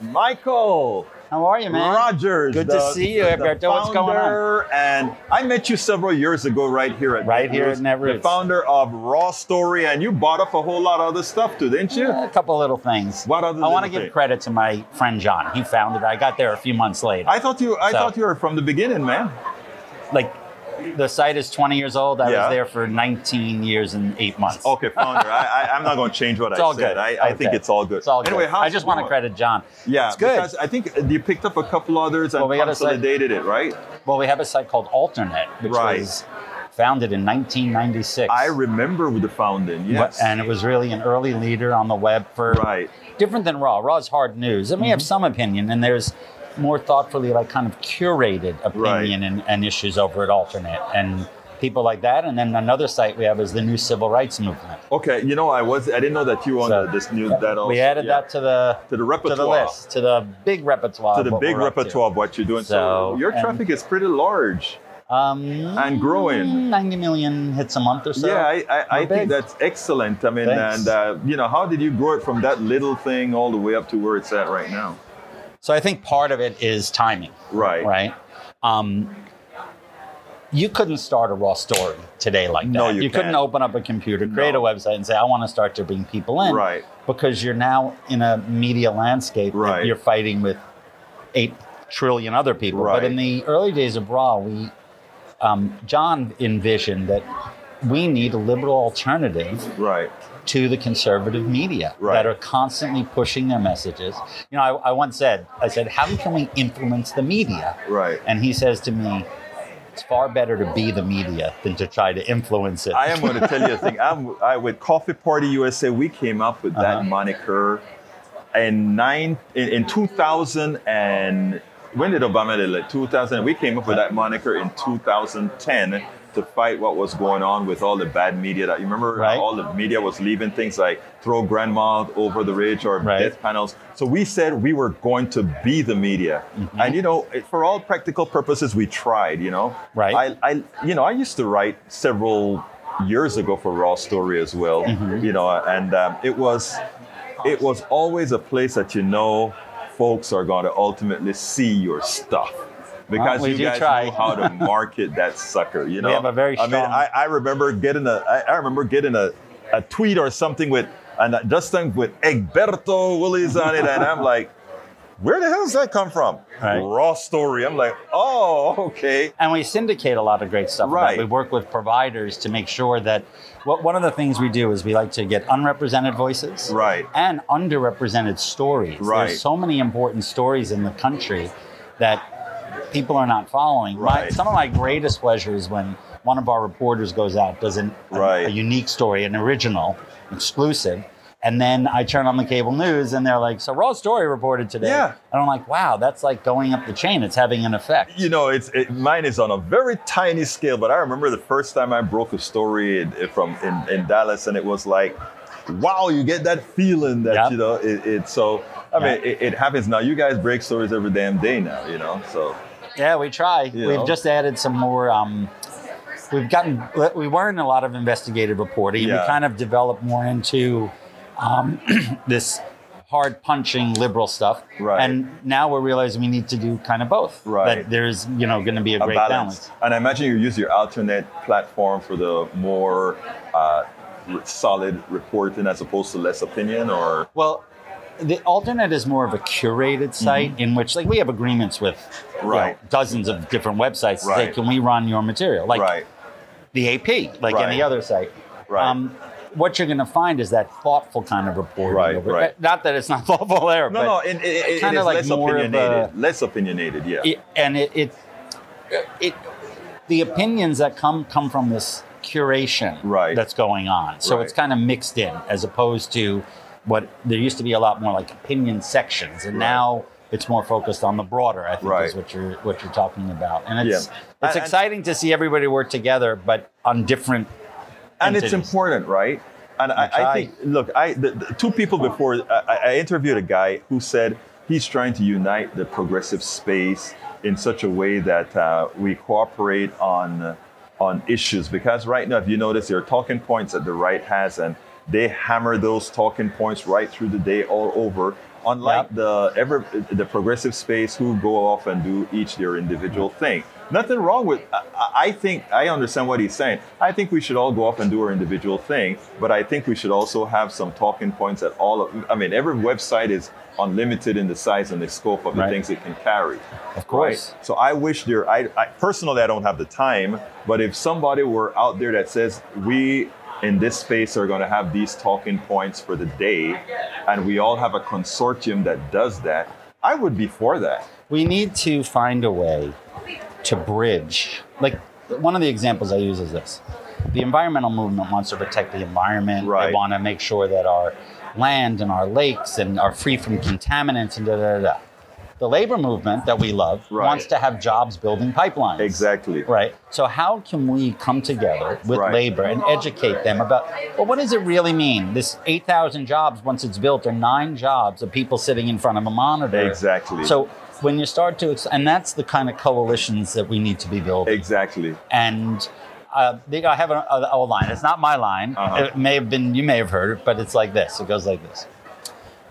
Michael How are you, man? Rogers. Good to see you, Alberto. What's going on? founder And I met you several years ago right here at Right Netroots, here at Netroots. The founder of Raw Story, and you bought up a whole lot of other stuff too, didn't you? A couple little things. What other I want to little give thing? credit to my friend John. He founded. it. I got there a few months later. I thought you I So- thought you were from the beginning, man. like the site is 20 years old. I Yeah. was there for 19 years and eight months. Okay, founder. I, I, I'm not going to change what It's I all said. good. I, I think Okay. it's all good. It's all good. Anyway, how's I just it want to going? credit John. Yeah, it's good. because I think you picked up a couple others and Well, we gotta say- consolidated it, right? well, we have a site called Alternate, which Right. was founded in 1996. I remember with the founding, yes. And it was really an early leader on the web for right. Mm-hmm. different than Raw. Raw's hard news, and we have some opinion, and there's more thoughtfully, like kind of curated opinion Right. and, and issues over at Alternate and people like that. And then another site we have is the New Civil Rights Movement. Okay, you know, I was I didn't know that you were on So, the- this new that also. we added yeah. that to the To the repertoire. list, to the big repertoire, to of the what big we're up to. repertoire of what you're doing. So, So, your and- traffic is pretty large. um, and growing. 90 Mm, million hits a month or so. yeah, I, I, I we're think big. that's excellent. I mean, Thanks. and uh, you know, how did you grow it from that little thing all the way up to where it's at right now? So I think part of it is timing, Right. right? Um, you couldn't start a raw story today like that. No, you couldn't can't. open up a computer, create No. a website, and say, "I want to start to bring people in," Right. Because you're now in a media landscape. that Right. You're fighting with eight trillion other people. Right. But in the early days of raw, we um, John envisioned that we need a liberal alternative Right. to the conservative media Right. that are constantly pushing their messages. You know, I, I once said, I said, how can we influence the media? Right. And he says to me, it's far better to be the media than to try to influence it. I am going to tell you a thing. I'm, I with Coffee Party USA, we came up with that Uh-huh. moniker in nine in, in 2000 and when did Obama did it? 2000. We came up with that moniker in 2010 to fight what was going on with all the bad media. That you remember, how Right. all the media was leaving things like throw grandma over the ridge or Right. death panels. So we said we were going to be the media, Mm-hmm. and you know, it- for all practical purposes, we tried. You know, Right. I I, you know, I used to write several years ago for Raw Story as well. Mm-hmm. You know, and um, it was, it was always a place that you know, folks are going to ultimately see your stuff because we you do guys try. know how to market that sucker. You know, have a very I mean, strong- I, I remember getting a, I, I remember getting a, a tweet or something with, and just thing with Egberto Willis on it, and I'm like. Where the hell does that come from? Right. Raw story. I'm like, oh, okay. and we syndicate a lot of great stuff. Right. We work with providers to make sure that what one of the things we do is we like to get unrepresented voices, Right. and underrepresented stories. Right. There's so many important stories in the country that people are not following. My- Right. some of my greatest pleasure is when one of our reporters goes out, does an, a- Right. a, unique story, an original, exclusive. And then I turn on the cable news and they're like, so Raw Story reported today. Yeah. And I'm like, wow, that's like going up the chain. It's having an effect. you know, it's it, mine is on a very tiny scale, but I remember the first time I broke a story in, in- from in, in Dallas, and it was like, wow, you get that feeling that Yep. you know it. it so I mean, Yeah. it, it happens now. You guys break stories every damn day now, you know. So Yeah, we try. You We've know? just added some more. Um, we've gotten we weren't a lot of investigative reporting. Yeah. We kind of developed more into um, this hard punching liberal stuff. Right. And now we're realizing we need to do kind of both. Right. That there's you know going to be a, a great balance. balance. and I imagine you use your alternate platform for the more uh, r- solid reporting as opposed to less opinion, or Well, the alternate is more of a curated site in which, like, we have agreements with you know, Mm-hmm. Right. dozens of different websites. to say, Right. can we run your material? Like right, the AP, like Right. any other site. Um, right, what you're going to find is that thoughtful kind of reporting. Right, right. Not that it's not thoughtful there, no, but no, it, it, it, it kinda is like less more of a- opinionated, less opinionated, yeah, it, and it, it it the opinions that come come from this curation Right. that's going on. So Right. it's kind of mixed in as opposed to what there used to be a lot more like opinion sections, and Right. now. It's more focused on the broader, I think, Right. is what you're what you're talking about, and it's Yeah. it's And- and- exciting to see everybody work together, but on different. and it's entities. important, right? And I, I try. think, look, I the, the two people before I, I- I interviewed a guy who said he's trying to unite the progressive space in such a way that uh, we cooperate on on issues because right now, if you notice, there are talking points that the right has, and They hammer those talking points right through the day all over. Unlike Yep. the ever the progressive space who go off and do each their individual thing. Nothing wrong with I, I- I think I understand what he's saying. I think we should all go off and do our individual thing, but I think we should also have some talking points at all of I mean every website is unlimited in the size and the scope of the Right. things it can carry. Of course. Right. So I wish there. I, I personally I don't have the time, but if somebody were out there that says we in this space are going to have these talking points for the day, and we all have a consortium that does that, I would be for that. we need to find a way to bridge like one of the examples i use is this the environmental movement wants to protect the environment they Right. want to make sure that our land and our lakes and are free from contaminants and da da da, da the labor movement that we love Right. wants to have jobs building pipelines Exactly. Right. So how can we come together with Right. labor and educate them about well, what does it really mean? This eight thousand jobs once it's built are nine jobs of people sitting in front of a monitor. Exactly. So when you start to, ex- and that's the kind of coalitions that we need to be building. Exactly. And uh, they- I have an a, a line. It's not my line. Uh-huh. It may have been you may have heard it, but it's like this. It goes like this.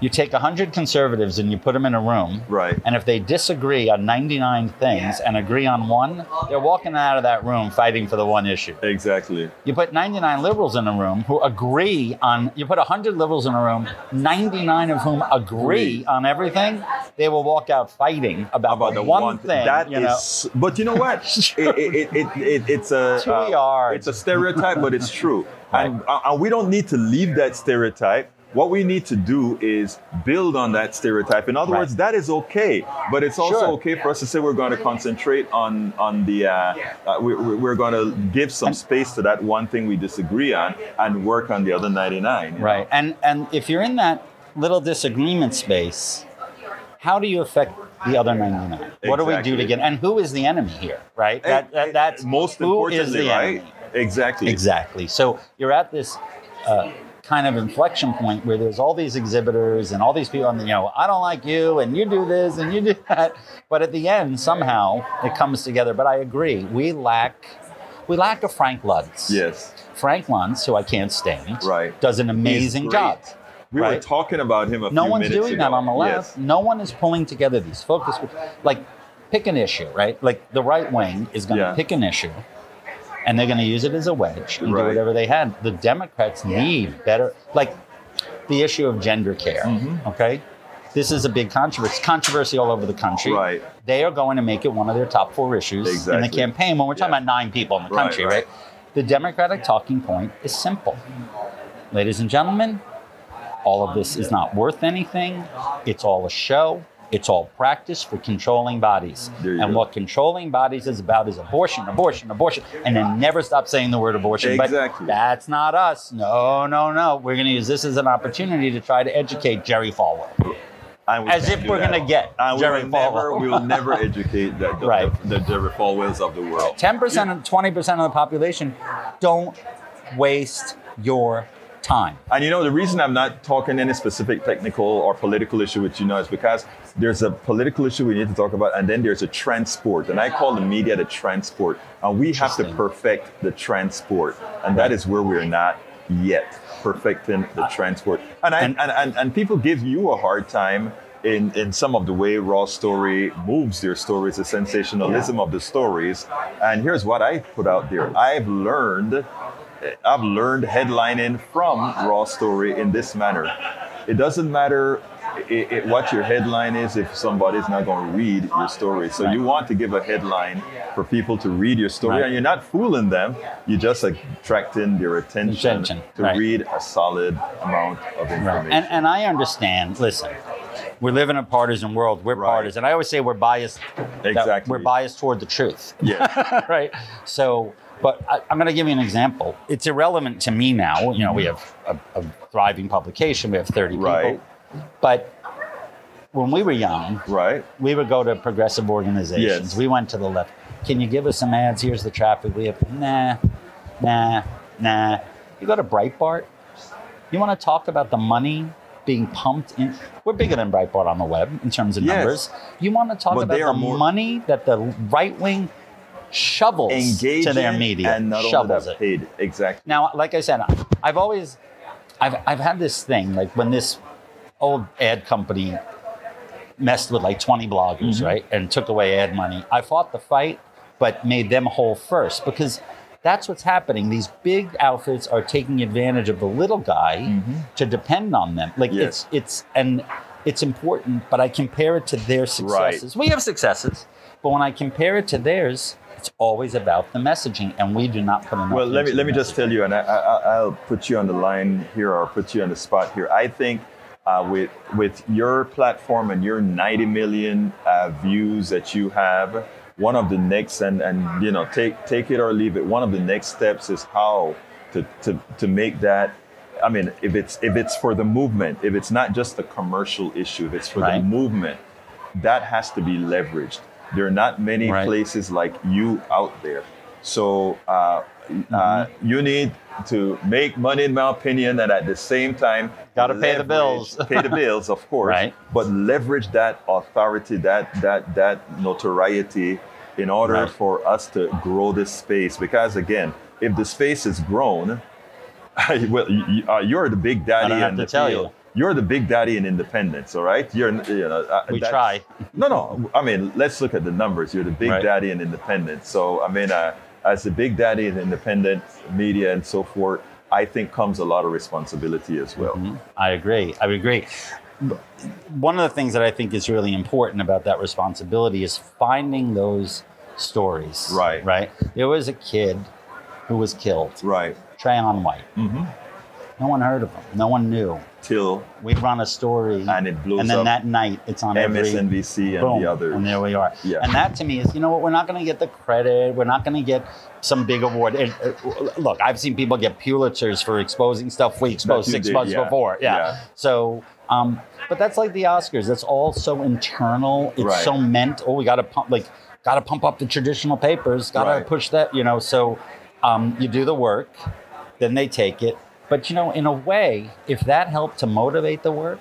You take 100 conservatives and you put them in a room. Right. And if they disagree on 99 things and agree on one, they're walking out of that room fighting for the one issue. Exactly. You put 99 liberals in a room who agree on, you put 100 liberals in a room, 99 of whom agree on everything, they will walk out fighting about, About the the one, one thing. that you know. is- but you know what? it, it, it, it, it- it's a uh, Too hard. it's a stereotype, but it's true. And, uh, and we don't need to leave that stereotype. What we need to do is build on that stereotype. In other Right. words, that is okay, but it's also Sure. okay for us to say we're going to concentrate on on the uh, uh, we, we- we're going to give some space to that one thing we disagree on and work on the other ninety nine. Right. And, and if you're in that little disagreement space, how do you affect the other 99? What do we do to Exactly. get, and who is the enemy here, right? That, that, that's most who importantly, is the right? enemy. Exactly. Exactly. So you're at this uh, kind of inflection point where there's all these exhibitors and all these people, and you know, I don't like you, and you do this, and you do that. But at the end, somehow it comes together. But I agree, we lack we lack a Frank Luntz. Yes. Frank Luntz, who I can't stand, Right. does an He's amazing great. job. We were right? talking about him a no few one's minutes doing that ago. on the left. Yes. No one is pulling together these focus groups. Like, pick an issue, right? Like, the right wing is going to Yeah. pick an issue and they're going to use it as a wedge and do Right. whatever they had. The Democrats need better, like, the issue of gender care, Mm-hmm. okay? This is a big controversy, controversy all over the country. Right. They are going to make it one of their top four issues in the Exactly. campaign when we're talking Yeah. about nine people in the Right, country, right. right? The Democratic talking point is simple. Ladies and gentlemen, all of this is not worth anything. It's all a show. It's all practice for controlling bodies. There you And go. what controlling bodies is about is abortion, abortion, abortion, and then never stop saying the word abortion. Exactly. But that's not us. No, no, no. We're going to use this as an opportunity to try to educate Jerry Falwell. And we As can't if do we're that. gonna get And we Jerry will never, Falwell. we will never educate the, the, Right. the, the Jerry Falwells of the world. 10% and 20% of the population don't waste your time. And you know, the reason I'm not talking any specific technical or political issue with you now is because there's a political issue we need to talk about, and then there's a transport. And I call the media the transport. And we have to Interesting. perfect the transport. And that is where we're not yet perfecting the transport. And, I, And- and, and, and people give you a hard time. In, in some of the way raw story moves their stories, the sensationalism of the stories. And here's what I put out there. I've learned I've learned headlining from Raw Story in this manner. It doesn't matter i i what your headline is if somebody's not going to read your story. So you want to give a headline for people to read your story, Right. and you're not fooling them. You're just attracting their attention, Attention, to right. read a solid amount of information. And, and I understand, listen, we live in a partisan world. We're Right. partisan. I always say we're biased. that Exactly. We're biased toward the truth. yeah, right? So, but I, I'm going to give you an example. It's irrelevant to me now. You know, we have a, a thriving publication, we have 30 Right. people. But when we were young, right. we would go to progressive organizations. Yes. We went to the left. Can you give us some ads? Here's the traffic. We have nah, nah, nah. You go to Breitbart. You want to talk about the money being pumped in? We're bigger than Breitbart on the web in terms of Yes. numbers. You want to talk But about they are the more- money that the right wing shovels Engaging to their media? and not only shovels that, it. paid. Exactly. Now, like I said, I've always I've, I've had this thing like when this old ad company messed with like 20 bloggers, Mm-hmm. right, and took away ad money. I fought the fight, but made them whole first because that's what's happening. These big outfits are taking advantage of the little guy to depend on them. Like Mm-hmm. Yes. it's it's and it's important, but I compare it to their successes. We have successes, but when I compare it to theirs, it's always about the messaging, and we do not put enough. Well, let me into let me the just tell you, and I, I, I'll put you on the line here, or put you on the spot here. I think uh, with with your platform and your 90 million uh, views that you have, one of the next and and you know take take it or leave it. One of the next steps is how to to to make that. I mean, if it's if it's for the movement, if it's not just a commercial issue, if it's for the Right. movement, that has to be leveraged. There are not many Right. places like you out there. So uh, uh, Mm-hmm. you need to make money, in my opinion, and at the same time, Gotta pay the leverage- bills. pay the bills, of course. Right. But leverage that authority, that that that notoriety, in order Right. for us to grow this space. Because again, if the space is grown, well, you, you- uh, you're the big daddy. have in to the tell you. field. You're the big daddy in independence, all right? You're, you know, uh, We that's- try. No, no. I mean, let's look at the numbers. You're the big Right. daddy in independence. So, I mean, uh, as the big daddy in independent media and so forth, I think comes a lot of responsibility as well. Mm-hmm. I agree. I agree. B- One of the things that I think is really important about that responsibility is finding those stories. Right. Right. There was a kid who was killed, Right. Mm-hmm. Trayon White. No one heard of him. No one knew. Till We run a story, And it blows and then up. that night it's on every MSNBC and Boom. the others. And there we are. Yeah. And that to me is, you know what, we're not going to get the credit. We're not going to get some big award. And, uh, look, I've seen people get Pulitzers for exposing stuff we exposed you six did, months yeah. before. Yeah. Yeah. So, um, but that's like the Oscars. That's all so internal. It's Right. so meant. Oh, we got to pump, like, got to pump up the traditional papers. Got to Right. push that, you know. So um, you do the work, then they take it. But, you know, in a way, if that helped to motivate the work,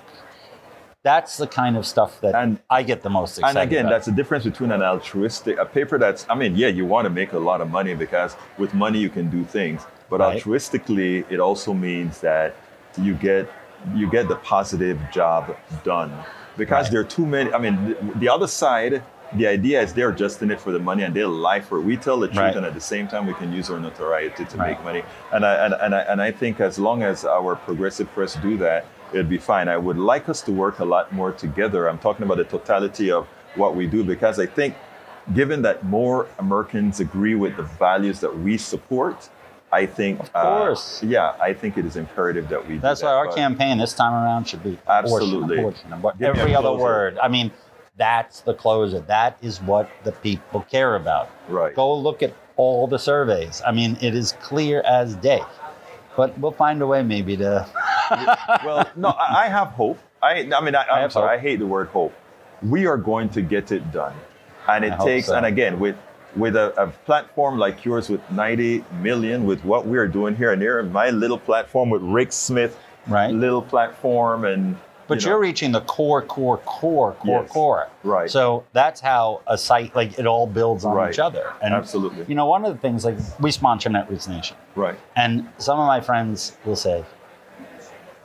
that's the kind of stuff that And- I get the most excited. and again, about. that's the difference between an altruistic, a paper that's, I mean, yeah, you want to make a lot of money because with money you can do things, but Right. altruistically, it also means that you get you get the positive job done because Right. there are too many. I mean, th- the other side, the idea is they're just in it for the money and they lie for it. We tell the truth, Right. and at the same time, we can use our notoriety to Right. make money. And I, and, and I and I think as long as our progressive press do that, it'd be fine. I would like us to work a lot more together. I'm talking about the totality of what we do because I think, given that more Americans agree with the values that we support, I think of course. Uh, yeah, I think it is imperative that we. do That's that, why our but- campaign this time around should be Absolutely. abortion, abortion, abor- Give me every a other closer. word. I mean, that's the closer. That is what the people care about. Right. Go look at all the surveys. I mean, it is clear as day. But we'll find a way maybe to. well, no, I, I have hope. I, I mean, I, I I'm have sorry, hope. I hate the word hope. We are going to get it done, and it I hope takes. so. And again, with with a, a platform like yours, with 90 million, with what we are doing here and here, and my little platform with Rick Smith, Right. Little platform, and But you know, you're reaching the core, core, core, core, Yes. core. Right. So that's how a site like it all builds on Right. each other. And Absolutely. You know, one of the things like we sponsor Netroots Nation. right. And some of my friends will say,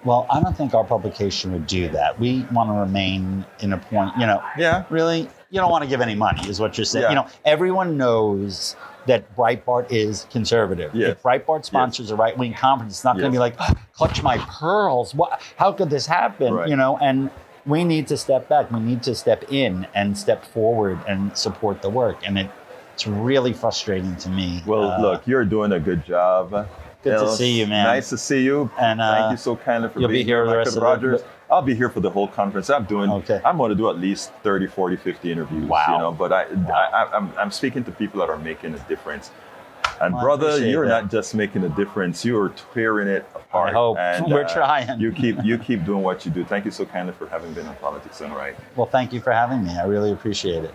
well, I don't think our publication would do that. We want to remain in a point, you know, Yeah. really, you don't want to give any money, is what you're saying. Yeah. You know, everyone knows that Breitbart is conservative. Yes. If Breitbart sponsors a right wing conference, it's not going Yes. to be like, clutch my pearls. What, how could this happen? Right. You know, and we need to step back. We need to step in and step forward and support the work. And it, it's really frustrating to me. Well, Uh, look, you're doing a good job. Good to Els. see you, man. Nice to see you. And, uh, thank you so kindly for you'll being be here the Michael rest of the- Rogers. I'll be here for the whole conference. I'm doing. Okay. I'm going to do at least 30, 40, 50 interviews. Wow. You know, but I, I, I I'm, I'm speaking to people that are making a difference. And Well, I brother, appreciate you're that. not just making a difference; you are tearing it apart. hope. And, uh, We're trying. You keep you keep doing what you do. Thank you so kindly for having been on Politics and Right. Well, thank you for having me. I really appreciate it.